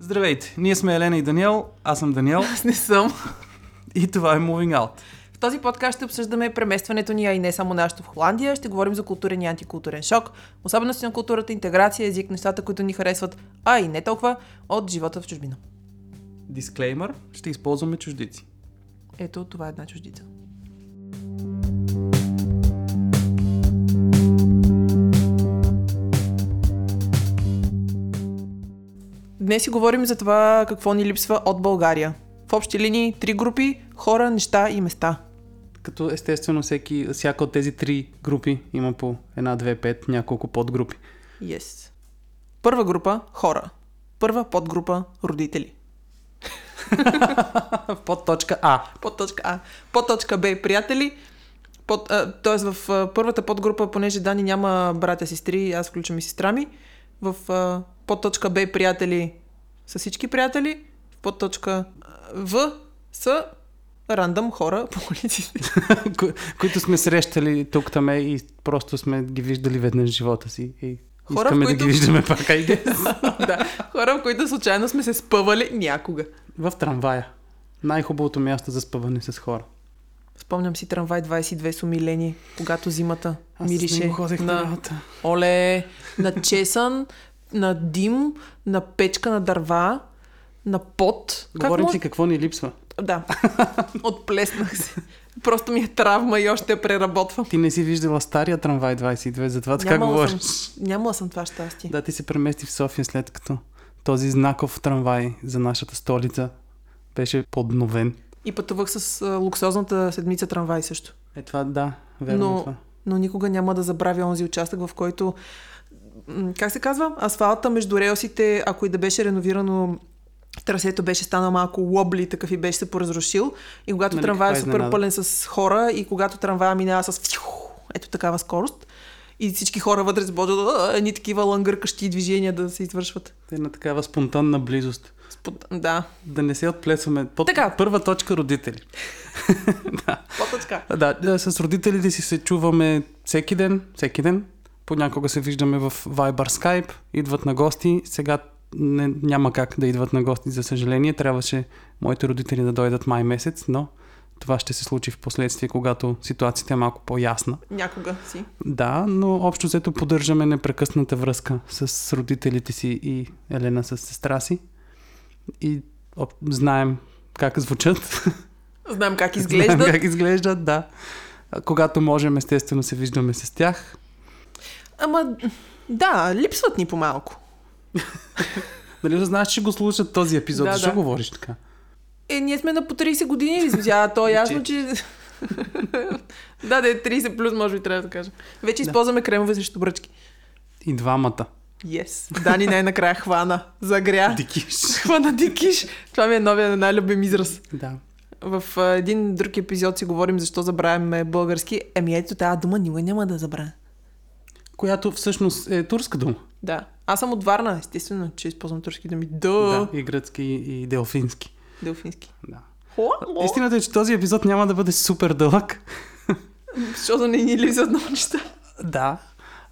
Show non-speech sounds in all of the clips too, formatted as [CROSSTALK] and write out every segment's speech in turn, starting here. Здравейте, ние сме Елена и Даниел, аз съм [LAUGHS] Даниел Аз не съм. и това е Moving Out. В този подкаст ще обсъждаме преместването ни, а и не само нашето в Холандия. Ще говорим за културен и антикултурен шок, особености на културата, интеграция, език, нещата, които ни харесват, а и не толкова от живота в чужбина. Дисклеймър, ще използваме чуждици. Ето, това е една чуждица. Днес си говорим за това какво ни липсва от България. В общи линии три групи хора, неща и места. Като естествено всеки, всяка от тези три групи има по една, две, пет, няколко подгрупи. Yes. Първа група – хора. Първа подгрупа – родители. Под точка А. [LAUGHS] Подточка А. Подточка Б – приятели. Под, а, тоест в а, първата подгрупа, понеже Дани няма братя, сестри, аз включвам и сестра ми, в а, подточка Б – приятели са всички приятели. В подточка а, В са рандъм хора по [LAUGHS] улиците. Ко- които сме срещали тук таме и просто сме ги виждали веднъж в живота си. И Хора, искаме които- да ги виждаме [LAUGHS] пак. Айде. да. Хора, в които случайно сме се спъвали някога. В трамвая. Най-хубавото място за спъване с хора. Спомням си трамвай 22 с умиление, когато зимата Аз с мирише него ходех на на работа. Оле, на чесън, на дим, на печка на дърва, на пот. Говорим може- си какво ни липсва. [LAUGHS] Да, отплеснах се. Просто ми е травма и още я преработвам. Ти не си виждала стария трамвай 22, затова така Нямала говориш. съм, нямала съм това щастие. Да, ти се премести в София след като този знаков трамвай за нашата столица беше подновен. И пътувах с а, луксозната седмица трамвай също. Е това, да, верно Но- е това. но никога няма да забравя онзи участък, в който м, как се казва, асфалта между релсите, ако и да беше реновирано трасето беше станал малко лобли, такъв и беше се поразрушил. И когато Нали, трамвай е каква супер изненада. пълен с хора и когато трамвая минава с фью, ето такава скорост, и всички хора вътре с боджо, едни такива лангъркащи движения да се извършват. Една такава спонтанна близост. Спот... Да, Да не се отплесваме. Под... Така. Първа точка родители. по-точка. А, Да, да, с родителите си се чуваме всеки ден, всеки ден. Понякога се виждаме в Viber Skype, идват на гости. Сега не, няма как да идват на гости, за съжаление. Трябваше моите родители да дойдат май месец, но това ще се случи в последствие, когато ситуацията е малко по-ясна. Някога си. Да, но общо взето поддържаме непрекъсната връзка с родителите си и Елена с сестра си. И об, знаем как звучат, [LAUGHS] Знам как знаем изглежда. как изглеждат, да. А Когато можем, естествено се виждаме с тях. Ама, да, липсват ни по-малко. Нали, знаеш, че го слушат този епизод, Да, да, защо да. да. говориш така? Е, ние сме на по 30 години, ли сме? а Значи- то е ясно, че... [LAUGHS] да, да е 30 плюс, може би трябва да кажа. Вече Да. използваме кремове срещу бръчки. И двамата. Yes. Дани най-накрая хвана. Загря. Дикиш. хвана дикиш. Това ми е новия най-любим израз. Да. В а, един друг епизод си говорим защо забравяме български. Еми ето тази дума никога няма да забравя. Която всъщност е турска дума. Да. Аз съм от Варна, естествено, че използвам турски думи. Да. Да, и гръцки, и делфински. Делфински. Да. Хо? Истината е, че този епизод няма да бъде супер дълъг. Защото не ни липсват много неща. Да.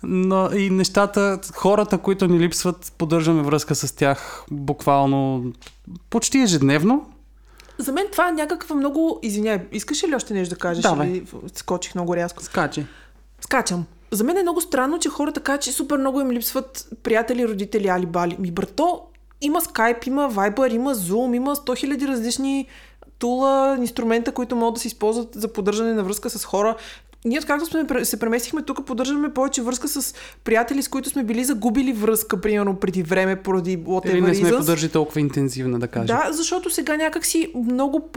Но и нещата, хората, които ни липсват, поддържаме връзка с тях буквално почти ежедневно. За мен това е някаква много... Извиняй, искаш ли още нещо да кажеш? Давай. Или в- Скочих много рязко. Скаче. Скачам. За мен е много странно, че хората кажат, че супер много им липсват приятели, родители, алибали. Ми брато, има Skype, има Viber, има Zoom, има 100 000 различни тула, инструмента, които могат да се използват за поддържане на връзка с хора. Ние, откакто сме, пре- се преместихме тук, поддържаме повече връзка с приятели, с които сме били загубили връзка, примерно преди време, поради Или whatever не сме reasons. поддържи толкова интензивна, да кажем. Да, защото сега някакси много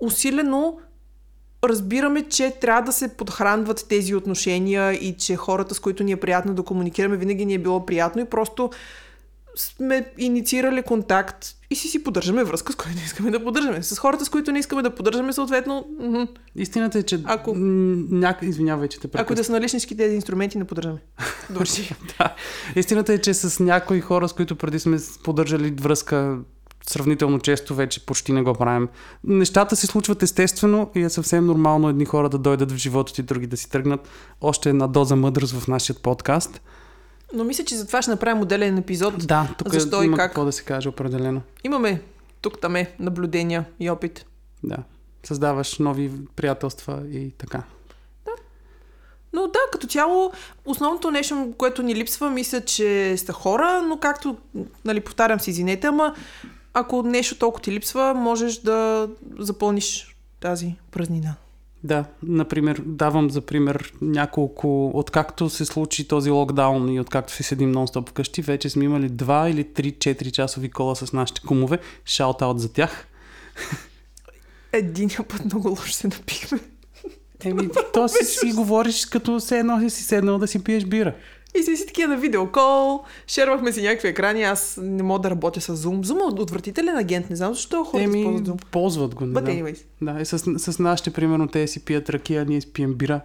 по-усилено разбираме, че трябва да се подхранват тези отношения и че хората, с които ни е приятно да комуникираме, винаги ни е било приятно и просто сме инициирали контакт и си си поддържаме връзка, с която искаме да поддържаме. С хората, с които не искаме да поддържаме, съответно, мгм, Истината е, че... Ако- Ако... Няк... Извинявай, че те ако прекъсвам. да са наличнички тези инструменти, [LAUGHS] не поддържаме. Държи. Да. Истината е, че с някои хора, с които преди сме поддържали връзка сравнително често, вече почти не го правим. Нещата се случват естествено и е съвсем нормално едни хора да дойдат в живота ти, други да си тръгнат. Още една доза мъдрост в нашия подкаст. Но мисля, че за това ще направим отделен епизод. Да, тук Защо и има как? какво да се каже определено. Имаме тук-таме наблюдения и опит. Да. Създаваш нови приятелства и така. Но да, като цяло, основното нещо, което ни липсва, мисля, че са хора, но както, нали, повтарям си, извинете, ама ако нещо толкова ти липсва, можеш да запълниш тази празнина. Да, например, давам за пример няколко, откакто се случи този локдаун и откакто си седим нон-стоп вкъщи, вече сме имали 2 или 3-4 часови кола с нашите кумове. Шаут-аут за тях. Един път много лошо се напихме. [LAUGHS] Еми, то си, си говориш като се едно си седнал да си пиеш бира. И си си такива на видеокол, шервахме си някакви екрани, аз не мога да работя с Zoom. Zoom е отвратителен агент, не знам защо хората Еми, използват Zoom. ползват го. Не But знам. anyways. Да, и с, с нашите, примерно, те си пият ракия, ние си пием бира.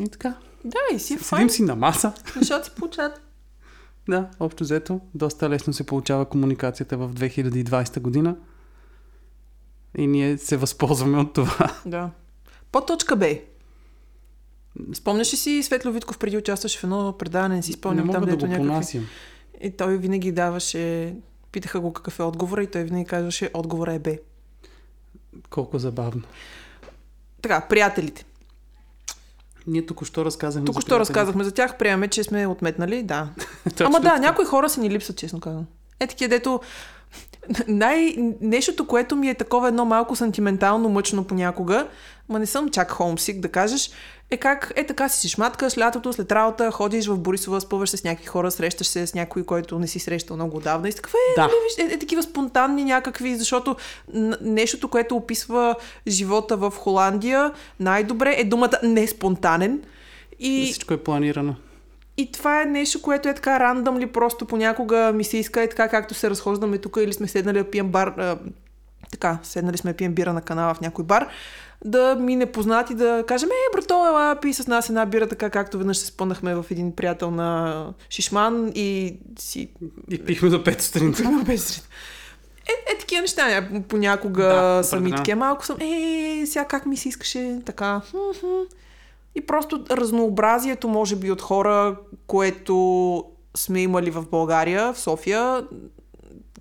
И така. Да, и си е Седим файн. си на маса. Нещата се получават. Да, общо взето, доста лесно се получава комуникацията в 2020 година. И ние се възползваме от това. Да. По точка Б. Спомняш ли си Светло Витков преди участваше в едно предаване, не си спомням не там, мога да дето го някакви... понасям. И той винаги даваше... Питаха го какъв е отговора и той винаги казваше отговора е Б. Колко забавно. Така, приятелите. Ние току-що разказахме. Тук за що приятели. разказахме за тях, приемаме, че сме [LAUGHS] отметнали, да. е Точно Ама да, така. някои хора си ни липсват, честно казвам. Е, такива, дето най... Нещото, което ми е такова едно малко сантиментално мъчно понякога, ма не съм чак хоумсик, да кажеш, е как е така си си шматкаш лятото, след работа, ходиш в Борисова, спъваш се с някакви хора, срещаш се с някой, който не си срещал много отдавна и си такова, е, Да. да. виж, е, е, такива спонтанни някакви, защото н- нещото, което описва живота в Холандия най-добре е думата неспонтанен. И Всичко е планирано. и това е нещо, което е така рандъм ли, просто понякога ми се иска е така, както се разхождаме тук или сме седнали да пием бар, а, така, седнали сме да пием бира на канала в някой бар, да ми непознати да кажем, е, брато, ела, пи с нас една бира, така както веднъж се спънахме в един приятел на Шишман и си И пихме до 5 [LAUGHS] [LAUGHS] сутринта. Примерно без зрит. Е, е, такива неща ня- понякога Да, да, съм и определено. такива. Малко съм, е, сега как ми се искаше, така. хм, хм. И просто разнообразието, може би, от хора, което сме имали в България, в София,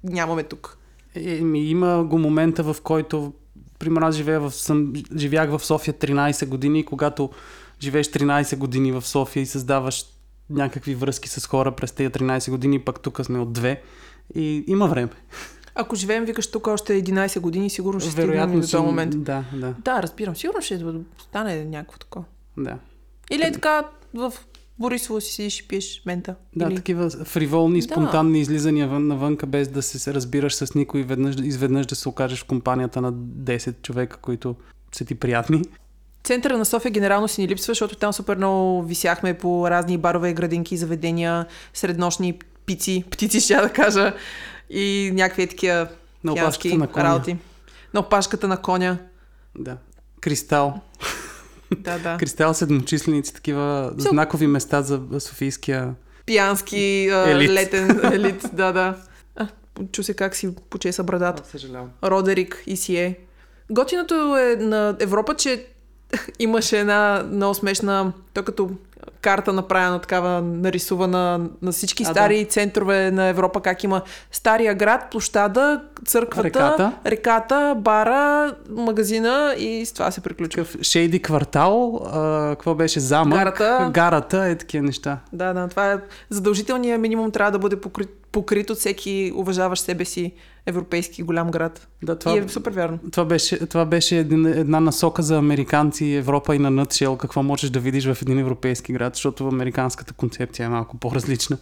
нямаме тук. Еми, Е, има го момента, в който, примерно, аз живея в, съм, живях в София 13 години и когато живееш 13 години в София и създаваш някакви връзки с хора през тези 13 години, пък тук сме от две и има време. Ако живеем, викаш, тук още 11 години, сигурно ще стигнем и до си- този момент. Да, да, Да, разбирам. Сигурно ще стане някакво такова. да. Или е така, в Борисово си седиш и пиеш мента. Да, Или... такива фриволни, Да. спонтанни излизания вън, навънка, без да се се разбираш с никой, веднъж, изведнъж да се окажеш в компанията на 10 човека, които са ти приятни. Центъра на София генерално си ни липсва, защото там супер много висяхме по разни барове, градинки, заведения, среднощни пици, птици ще я да кажа, и някакви такива На опашката фиански на коня. работи. На опашката на коня. Да. Кристал. Да, да. Кристал седмочисленици, такива Всяко- знакови места за Софийския. Пиянски а, Елит. летен елит. Да, да. А, чу се как си почеса брадата. съжалявам. Родерик и си е. Готиното е на Европа, че [LAUGHS] имаше една много смешна, то като карта направена такава, нарисувана на всички А, да. стари центрове на Европа, как има стария град, площада, църквата, Реката. реката бара, магазина и с това се приключва. Такъв шейди квартал, а, какво беше замък? Гарата. Гарата, е такива неща. Да, да, това е задължителният минимум трябва да бъде покрит, покрит от всеки уважаващ себе си европейски голям град. Да, това, И е супер вярно. това беше, това беше един, една насока за американци, Европа и на Нътшел, какво можеш да видиш в един европейски град, защото американската концепция е малко по-различна.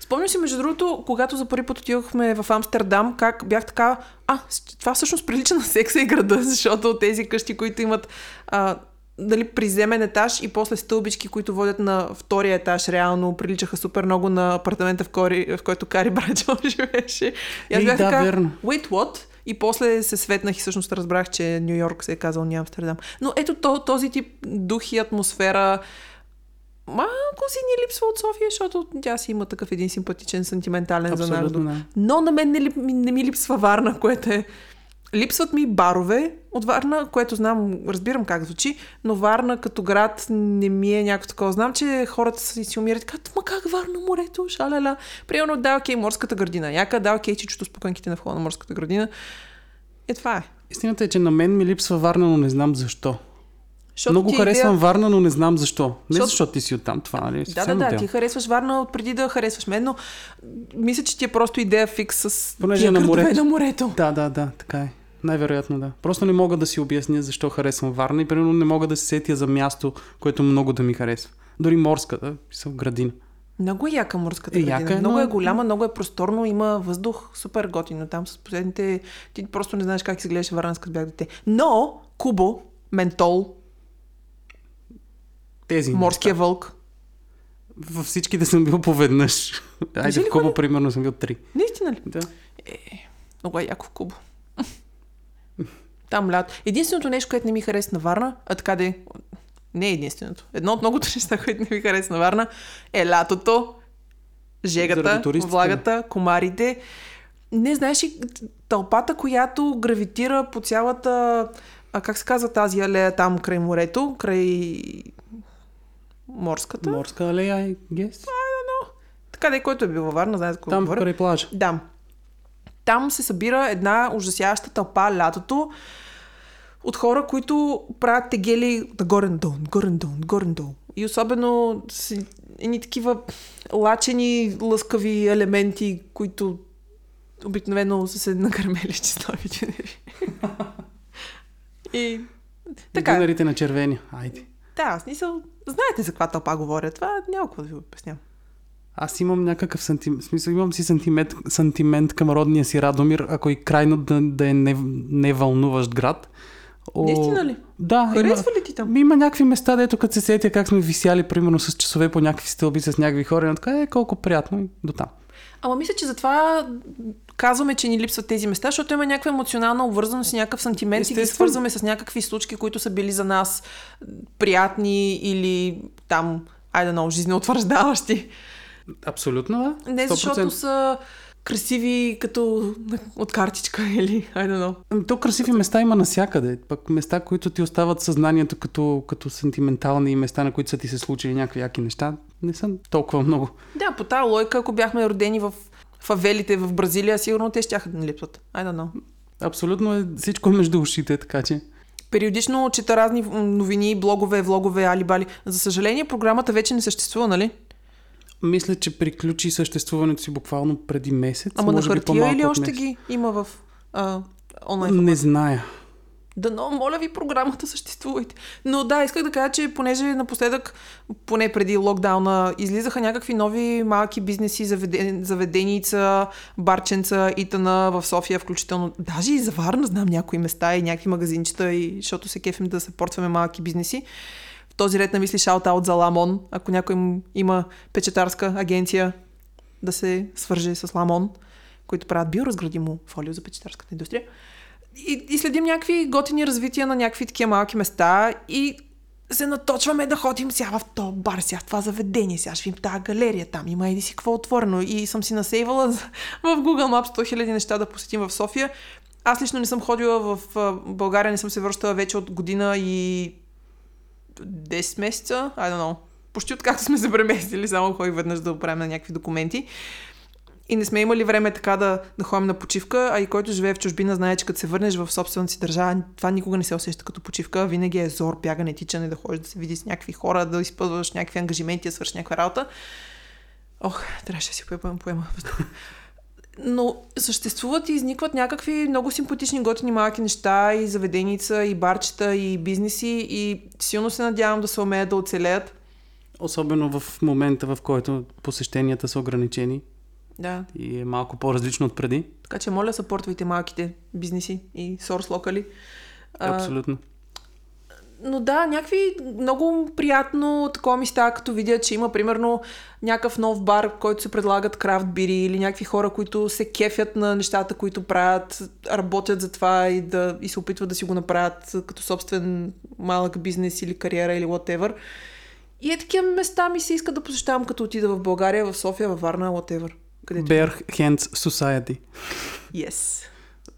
Спомням си, между другото, когато за първи път отидохме в Амстердам, как бях така, а, с- това всъщност прилича на секса и града, [LAUGHS] защото тези къщи, които имат а, дали приземен етаж и после стълбички, които водят на втория етаж, реално приличаха супер много на апартамента, в, кори, в който Кари Браджо [LAUGHS] живееше. И аз Ей, бях да, така, верно. wait what? И после се светнах и всъщност разбрах, че Нью Йорк се е казал не Амстердам. Но ето то- този тип дух и атмосфера, малко си ни липсва от София, защото тя си има такъв един симпатичен, сантиментален за Абсолютно. народо. да. Но на мен не, лип- ми- не ми липсва Варна, което е Липсват ми барове от Варна, което знам, разбирам как звучи, но Варна като град не ми е някакво такова. Знам, че хората си си умират и казват, ма как Варна морето, шаляля. Примерно, да, окей, морската градина. Яка, да, окей, чичото спуканките на входа на морската градина. Е, това е. Истината е, че на мен ми липсва Варна, но не знам защо. Защото Много ти е харесвам идея- Варна, но не знам защо. Не Защото- защото, ти си оттам, това нали? е Да, да, съвсем да, отделно. ти харесваш Варна от преди да харесваш мен, но мисля, че ти е просто идея фикс с Понеже тия е на градове морето. на морето. Да, да, да, така е. Най-вероятно да. Просто не мога да си обясня защо харесвам Варна и примерно не мога да се сетя за място, което много да ми харесва. Дори морската, съм градина. Много е яка морската Е, градина. яка е, много но- е голяма, много е просторно, има въздух, супер готино там с последните... Ти просто не знаеш как изглеждаше Варна, като бях дете. Но, Кубо, Ментол, Тези. Морския вълк. неща. Във всичките съм бил поведнъж. Айде, ли в Куба примерно съм бил три. Наистина ли? Да. Много е яко в Кубо. Там лят. Единственото нещо, което не ми хареса на Варна, а така де, не е единственото. Едно от многото [LAUGHS] неща, което не ми хареса на Варна, е лятото, жегата, Заради туристите, влагата, комарите. Не знаеш ли тълпата, която гравитира по цялата, а, как се казва тази алея там край морето, край морската? Е, Морска алея, I guess. Така де, който е бил във Варна, знае за какво Там говоря. край плажа. Да. Там се събира една ужасяваща тълпа лятото от хора, които правят тегели нагоре-надолу, нагоре-надолу, нагоре-надолу. И особено с едни такива лачени, лъскави елементи, които обикновено са се нагърмели числови дженери. И така, е. Дунарите на червени. Айде. да, в смисъл, знаете за каква тълпа говоря. Това няма какво да ви обяснявам. Аз имам някакъв сантимент, смисъл, имам си сантимент, сантимент към родния си Радомир, ако и крайно да, да е не, невълнуващ град. О, Наистина ли? Да. Харесва ли ти там? Ми има някакви места, дето като се сетя как сме висяли, примерно с часове по някакви стълби с някакви хора, и една така е колко приятно и до там. Ама мисля, че затова казваме, че ни липсват тези места, защото има някаква емоционална обвързаност, и някакъв сантимент и ги Естествено. свързваме с някакви случки, които са били за нас приятни или там, айде много, жизнеутвърждаващи. Абсолютно, да. Не защото са красиви като от картичка [LAUGHS] или айде много. Ами, То красиви места има навсякъде. Пък места, които ти остават в съзнанието като, като сантиментални и места, на които са ти се случили някакви яки неща, не са толкова много. Да, по тази лойка, ако бяхме родени в фавелите в Бразилия, сигурно те ще да ни липсват. Айде много. Абсолютно е всичко е между ушите, така че. Периодично чета разни м, новини, блогове, влогове, алибали. За съжаление, програмата вече не съществува, нали? Мисля, че приключи съществуването си буквално преди месец. Ама на може би хартия по-малко или от още месец. ги има в а, онлайн? Не зная. Да, но моля ви, програмата съществувайте. Но да, исках да кажа, че понеже напоследък, поне преди локдауна, излизаха някакви нови малки бизнеси, заведе- заведеница, барченца, итана в София, включително. Даже и за Варна знам някои места и някакви магазинчета, и, защото се кефим да се портваме малки бизнеси. В този ред на мисли шаут-аут за Ламон, ако някой м- има печатарска агенция да се свърже с Ламон, които правят биоразградимо фолио за печатарската индустрия. И, и следим някакви готини развития на някакви такива малки места и се наточваме да ходим сега в то бар, сега в това заведение, сега ще видим тази галерия, там има еди си какво отворено. И съм си насейвала за- [LAUGHS] в Google Maps 100 000 неща да посетим в София. Аз лично не съм ходила в а, България, не съм се връщала вече от година и 10 месеца, I don't know. Почти откакто сме [LAUGHS] се преместили, само ходих веднъж да оправим на някакви документи. И не сме имали време така да, да ходим на почивка, а и който живее в чужбина знае, че като се върнеш в собствената си държава, това никога не се усеща като почивка. Винаги е зор, бягане, тичане, да ходиш да се види с някакви хора, да изпълваш някакви ангажименти, да свършиш някаква работа. Ох, трябваше да си поема, поема въздух. Но съществуват и изникват някакви много симпатични, готини малки неща и заведеница, и барчета, и бизнеси и силно се надявам да се умеят да оцелеят. Особено в момента, в който посещенията са ограничени Да. и е малко по-различно от преди. Така че моля, съпортвайте малките бизнеси и сорс локали. А, Абсолютно. но да, някакви много приятно такова ми става, като видя, че има примерно някакъв нов бар, в който се предлагат крафт бири или някакви хора, които се кефят на нещата, които правят, работят за това и, да, и се опитват да си го направят като собствен малък бизнес или кариера или whatever. И е такива места ми се иска да посещавам, като отида в България, в София, във Варна, whatever. Където. Bear Hands Society. Yes.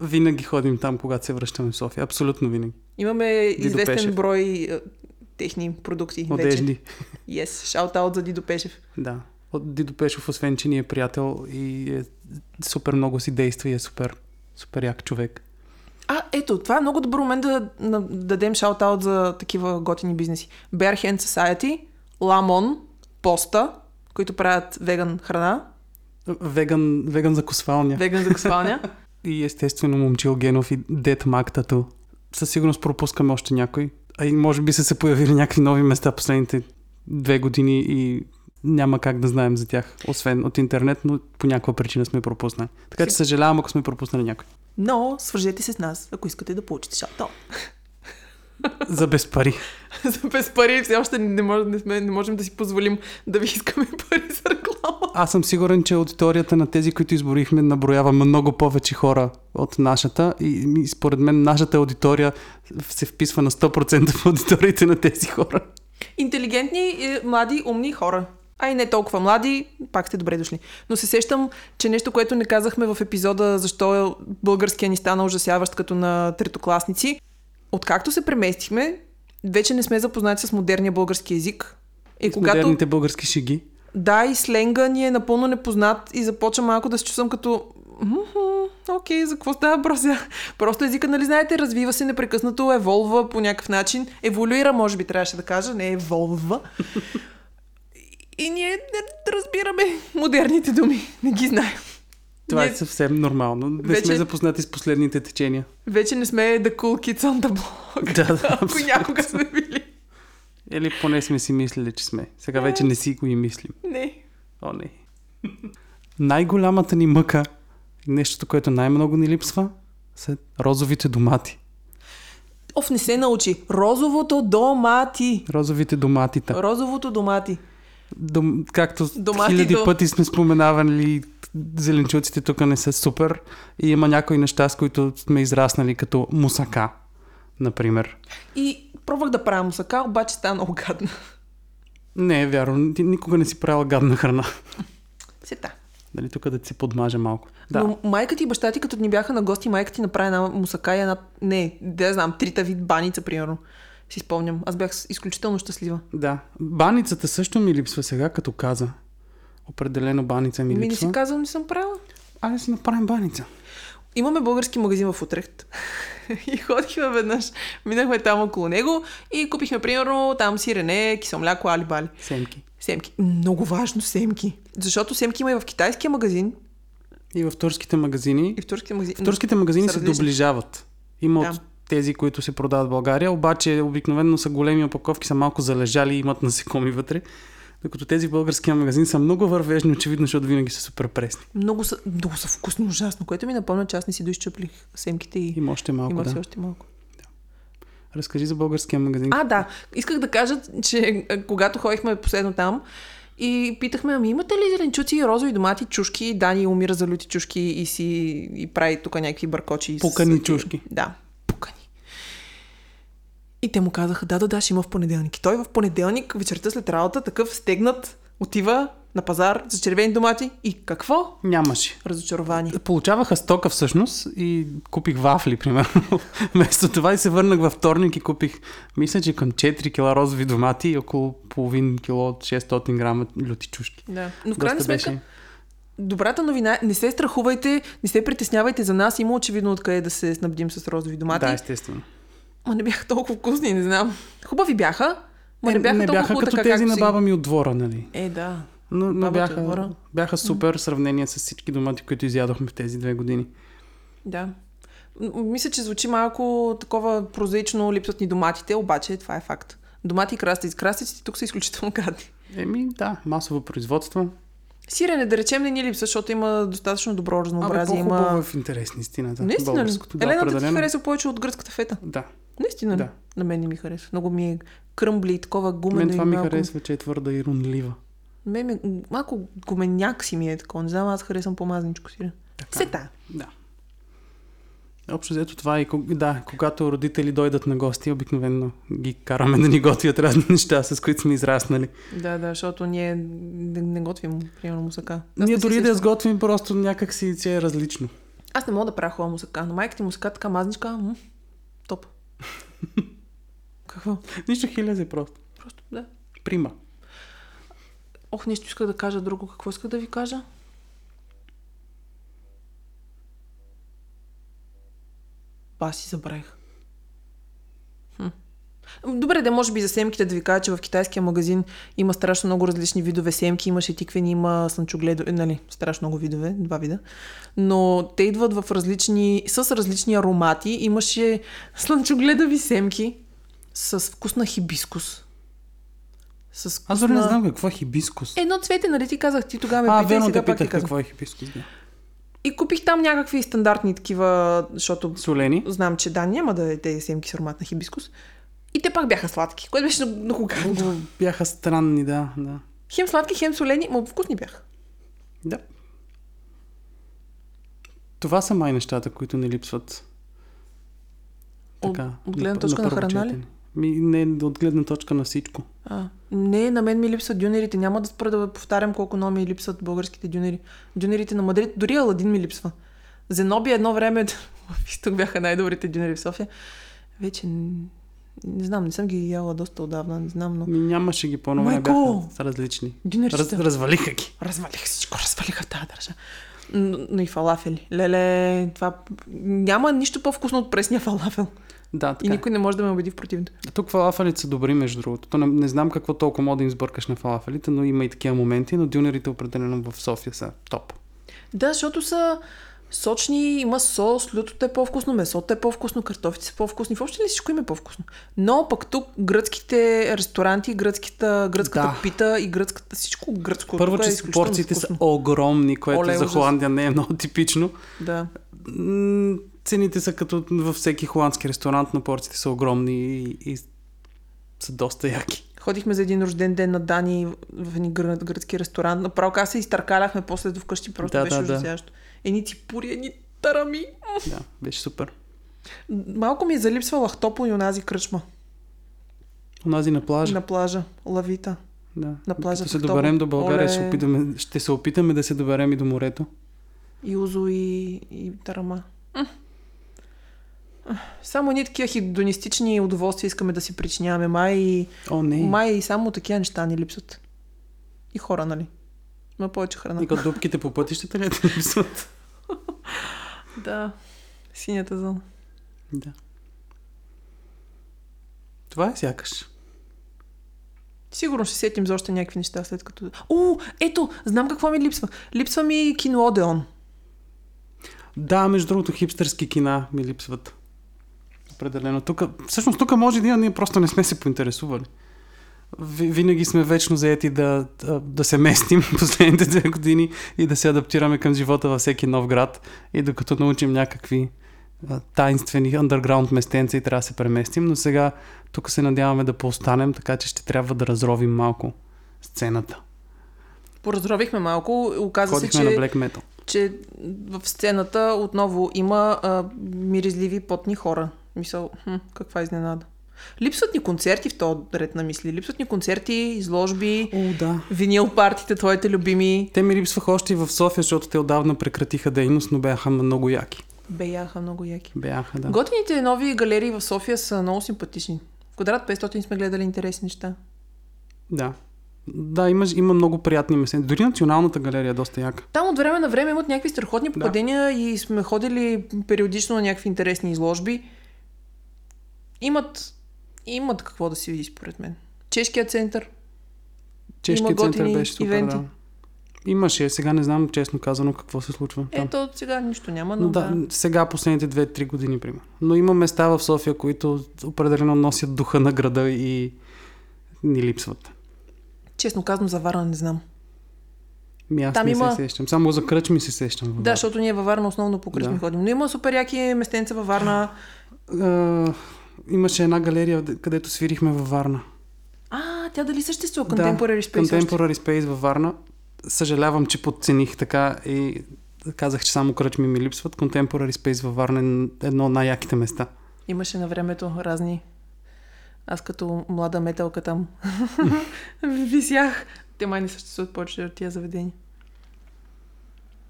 винаги ходим там, когато се връщаме в София. Абсолютно винаги. Имаме известен Пешев. брой а, техни продукти вече. Одежди. Yes, shout-out за Дидо Пешев. Да. От Дидо Пешов, освен че ни е приятел и е супер много си действа и е супер, супер як човек. А, ето, това е много добър момент да, да дадем шаут-аут за такива готини бизнеси. Bear Hand Society, Ламон, Поста, които правят веган храна, Веган, веган закусвалня. веган [LAUGHS] закусвалня. И естествено момчил Генов и Дед Мактато. Със сигурност пропускаме още някой. А и може би са се появили някакви нови места последните две години и няма как да знаем за тях, освен от интернет, но по някаква причина сме пропуснали. Така че съжалявам, ако сме пропуснали някой. Но свържете се с нас, ако искате да получите шаут-аут. За без пари. За [LAUGHS] без пари все още не, можем, не, сме, не можем да си позволим да ви искаме пари за реклама. Аз съм сигурен, че аудиторията на тези, които изборихме, наброява много повече хора от нашата и, и според мен нашата аудитория се вписва на 100% в аудиториите на тези хора. Интелигентни, е, млади, умни хора. А и не толкова млади, пак сте добре дошли. Но се сещам, че нещо, което не казахме в епизода защо българския ни стана ужасяващ като на третокласници. Откакто се преместихме, вече не сме запознати с модерния български език. И, Когато... когато Модерните български шиги. Да, и сленга ни е напълно непознат и започва малко да се чувствам като... «Мхм, Окей, за какво става брося? Просто езика, нали знаете, развива се непрекъснато, еволва по някакъв начин. Еволюира, може би трябваше да кажа, не еволва. И ние не разбираме модерните думи, не ги знаем. Това ние е съвсем нормално. Не Вече- сме запознати с последните течения. вече не сме the cool kids on the block, Да, да. [LAUGHS] ако някога сме били. Или поне сме си мислили, че сме. Сега вече не си го и мислим. Не. О, не. [LAUGHS] Най-голямата ни мъка, нещото, което най-много ни липсва, са розовите домати. Оф, не се научи. Розовото домати. Розовите доматита. Розовото домати. Дом, както Доматито. хиляди пъти сме споменавали, зеленчуците тук не са супер и има някои неща, с които сме израснали, като мусака, например. И пробвах да правя мусака, обаче стана много гадна. Не е вярно, ти никога не си правила гадна храна. [LAUGHS] Сета. Нали, тук да ти се подмажа малко. Да, Да. Но майка ти и баща ти, като ни бяха на гости, майка ти направи една мусака и една, не, да я знам, трита вид баница, примерно. Си спомням. Аз бях с- изключително щастлива. да. Баницата също ми липсва сега, като каза. Определено баница ми Ми не си липсва. казвам, не съм правила. Айде си направим баница. Имаме български магазин в Утрехт. [LAUGHS] и ходихме веднъж. Минахме там около него и купихме, примерно, там сирене, кисело мляко, алибали. Семки. Семки. Много важно семки. Защото семки има и в китайския магазин, И в турските магазини. и в турския магазин. В турските магазини Са се различни. доближават. Има Да. от тези, които се продават в България, обаче обикновено са големи опаковки, са малко залежали и имат насекоми вътре. Докато тези в българския магазин са много вървежни, очевидно, защото винаги са супер пресни. Много са, много са вкусно, ужасно, което ми напомня, че аз не си доизчуплих семките и Има още малко, има да. да. все още малко. Разкажи за българския магазин. А, да. Исках да кажа, че а, когато ходихме последно там и питахме, ами имате ли зеленчуци, розови домати, чушки? Дани умира за люти чушки и си и прави тук някакви бъркочи. с- Пукани с- чушки. Да, пукани. И те му казаха, да, да, да, ще има в понеделник. И той в понеделник, вечерта след работа, такъв стегнат, отива на пазар за червени домати и какво? Нямаше. Разочарование. Получаваха стока всъщност и купих вафли, примерно. [LAUGHS] Вместо това и се върнах във вторник и купих, мисля, че към 4 кила розови домати и около половин кило, 600 грама люти чушки. Да. Но в крайна Доста сметка, Добрата новина е, не се страхувайте, не се притеснявайте за нас. Има очевидно откъде да се снабдим с розови домати. Да, естествено. Ма не бяха толкова вкусни, не знам. Хубави бяха, ма не Е, бяха не толкова бяха хубави, като така, тези както на си- баба ми от двора, нали? Е, да. Но, но Бабата от бяха, двора. бяха супер в сравнение с всички домати, които изядохме в тези две години. Да. М- Мисля, че звучи малко такова прозаично, липсват ни доматите, обаче това е факт. Домати и краставици. Краставиците тук са изключително гадни. Еми, да, масово производство. Сирене, да речем, не ни липсва, защото има достатъчно добро Абе, разнообразие. по-хубаво Има... е в интерес на истината. Наистина ли? Българското, да, Елената ти определено. хареса повече от гръцката фета. Да, Наистина ли? Да. На мен не ми харесва. Много ми е кръмбли и такова гумено. мен това и ми малко... харесва, че е твърда и рунлива. Мен ми, е малко гуменяк си ми е такова. Не знам, аз харесвам помазничко сирене. Така. Сета. Да. Общо взето това е, и ког- да, когато родители дойдат на гости, обикновено ги караме да ни готвят разни неща, с които сме израснали. Да, да, защото ние не, не готвим, примерно, мусака. Аз Ние не си дори да я сещам. сготвим, просто някак си си е различно. Аз не мога да правя хубава музика, но майка ти музика така мазничка, м- топ. [LAUGHS] Какво? Нищо хилязе просто. Просто да. Прима. Ох, нещо исках да кажа друго. Какво исках да ви кажа? Ба, си забравих. Хм. Добре, да може би за семките да ви кажа, че в китайския магазин има страшно много различни видове семки. Имаше тиквени, има слънчогледо, нали, страшно много видове, два вида. Но те идват в различни, с различни аромати. Имаше слънчогледави семки с вкус на хибискус. С вкус Аз дори не на- знам какво е хибискус. Едно цвете, нали ти казах, ти тогава ме а, пита и верно сега те пак ти питах казвам. какво е хибискус. Да. И купих там някакви стандартни такива, защото Солени. знам, че да, няма да е тези семки с аромат на хибискус. И те пак бяха сладки, което беше много гадно. Много бяха странни, да. Да. Хем сладки, хем солени, но вкусни бяха. да. Това са май нещата, които не липсват. От- Така, от гледна п- точка на първо храна ли? четене. Ми, не, от гледна точка на всичко. А, не, на мен ми липсват дюнерите. Няма да спра да повтарям колко много ми липсват българските дюнери. Дюнерите на Мадрид, дори Аладин ми липсва. Зеноби едно време [LAUGHS] в изток бяха най-добрите дюнери в София. Вече н- не знам, не съм ги яла доста отдавна, не знам, но... Ми, нямаше ги по-нове, не Майко! бяха са различни. Раз, Дюнерчета. развалиха ги. Развалих всичко, развалиха в тази държа. Но, но и фалафели. Леле, това... Няма нищо по-вкусно от пресния фалафел. Да, И така. е. никой не може да ме убеди в противното. Тук фалафелите са добри, между другото. То не, не знам какво толкова мога да им сбъркаш на фалафелите, но има и такива моменти, но дюнерите определено в София са топ. Да, защото са сочни, има сос, лютото е по-вкусно, месото е по-вкусно, картофите са по-вкусни. Въобще ли всичко им е по-вкусно? Но пък тук гръцките ресторанти, гръцката, гръцката Да. пита и гръцката, всичко гръцко. Първо, тук че е изключително порциите са вкусно. огромни, което Оле, за ужас. Холандия не е много типично. Да. М, Цените са като във всеки холандски ресторант, но порциите са огромни и, и са доста яки. Ходихме за един рожден ден на Дани в един гръ- гръцки ресторант. Направо как се изтъркаляхме после до вкъщи, просто Да, да, беше да, да. да, Едни ципури, едни тарами. Да, беше супер. Малко ми е залипсва лахтопо и онази кръчма Онази на плажа. на плажа. Лавита. Да. на плажа Като се в Хтом. доберем до България, Оле. ще, опитаме, ще се опитаме да се доберем и до морето. И узо и, и тарама. М. Ах, Само ние такива хидонистични удоволствия искаме да си причиняваме. Май и, О, не. май и само такива неща ни липсват. И хора, нали? Ма повече храна. И като дупките по пътищата ли е те липсват? Да. Синята зона. Да. Това е сякаш. Сигурно ще сетим за още някакви неща след като... О, ето, знам какво ми липсва. Липсва ми кино Одеон. Да, между другото, хипстърски кина ми липсват. Определено. Тук, всъщност, тук може да има, ние просто не сме се поинтересували. Ви- Винаги сме вечно заети да, да, да се местим [LAUGHS] последните две години и да се адаптираме към живота във всеки нов град. И докато научим някакви а, таинствени underground местенца и трябва да се преместим, но сега тук се надяваме да поостанем, така че ще трябва да разровим малко сцената. Поразровихме малко. Оказа Ходихме се, на че, Black Metal. че в сцената отново има а, миризливи потни хора. Мисъл, хм, каква изненада. Липсват ни концерти в този ред на мисли. Липсват ни концерти, изложби, О, да. винил партите, твоите любими. Те ми липсваха още и в София, защото те отдавна прекратиха дейност, но бяха много яки. Беяха много яки. Бяха, да. Да. Готините нови галерии в София са много симпатични. В квадрат 500 сме гледали интересни неща. Да. Да, има, има много приятни места. Дори Националната галерия е доста яка. Там от време на време имат някакви страхотни попадения и сме ходили периодично на някакви интересни изложби. Имат, имат какво да си види, според мен. Чешкият център. Чешкият център готини беше супер, ивенти. да. Имаше, сега не знам честно казано какво се случва там. Ето, от сега нищо няма, но Но да. да, сега последните 2-3 години, примерно. Но има места в София, които определено носят духа на града и ни липсват. Честно казвам, за Варна не знам. Ми Ами аз Там не има- се сещам. Само за кръч ми се сещам. във Да, Варна. защото ние във Варна основно по кръчми Да. ходим. Но има супер яки местенца във Варна. А, имаше една галерия, където свирихме във Варна. А, тя дали съществува? Contemporary Space. още? Contemporary Space във Варна. Съжалявам, че подцених така и казах, че само кръчми ми липсват. Contemporary Space във Варна е едно от най-яките места. Имаше на времето разни. Аз като млада металка там висях. Те май не съществуват повече от тия заведения.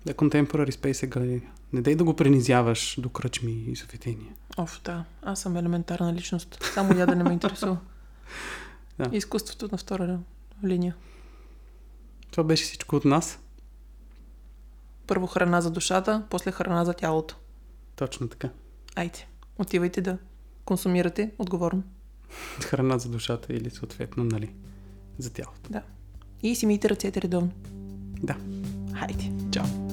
Да, Contemporary Space е галерия. Не дай да го пренизяваш до кръчми и съветения. Оф, да. Аз съм елементарна личност. Само я да не ме интересува. Да. Изкуството на втора линия. Това беше всичко от нас. Първо храна за душата, после храна за тялото. Точно така. Айде, отивайте да консумирате отговорно. Храна за душата или съответно, нали, за тялото. Да. И си мийте ръцете редовно. Да. Хайде. Чао.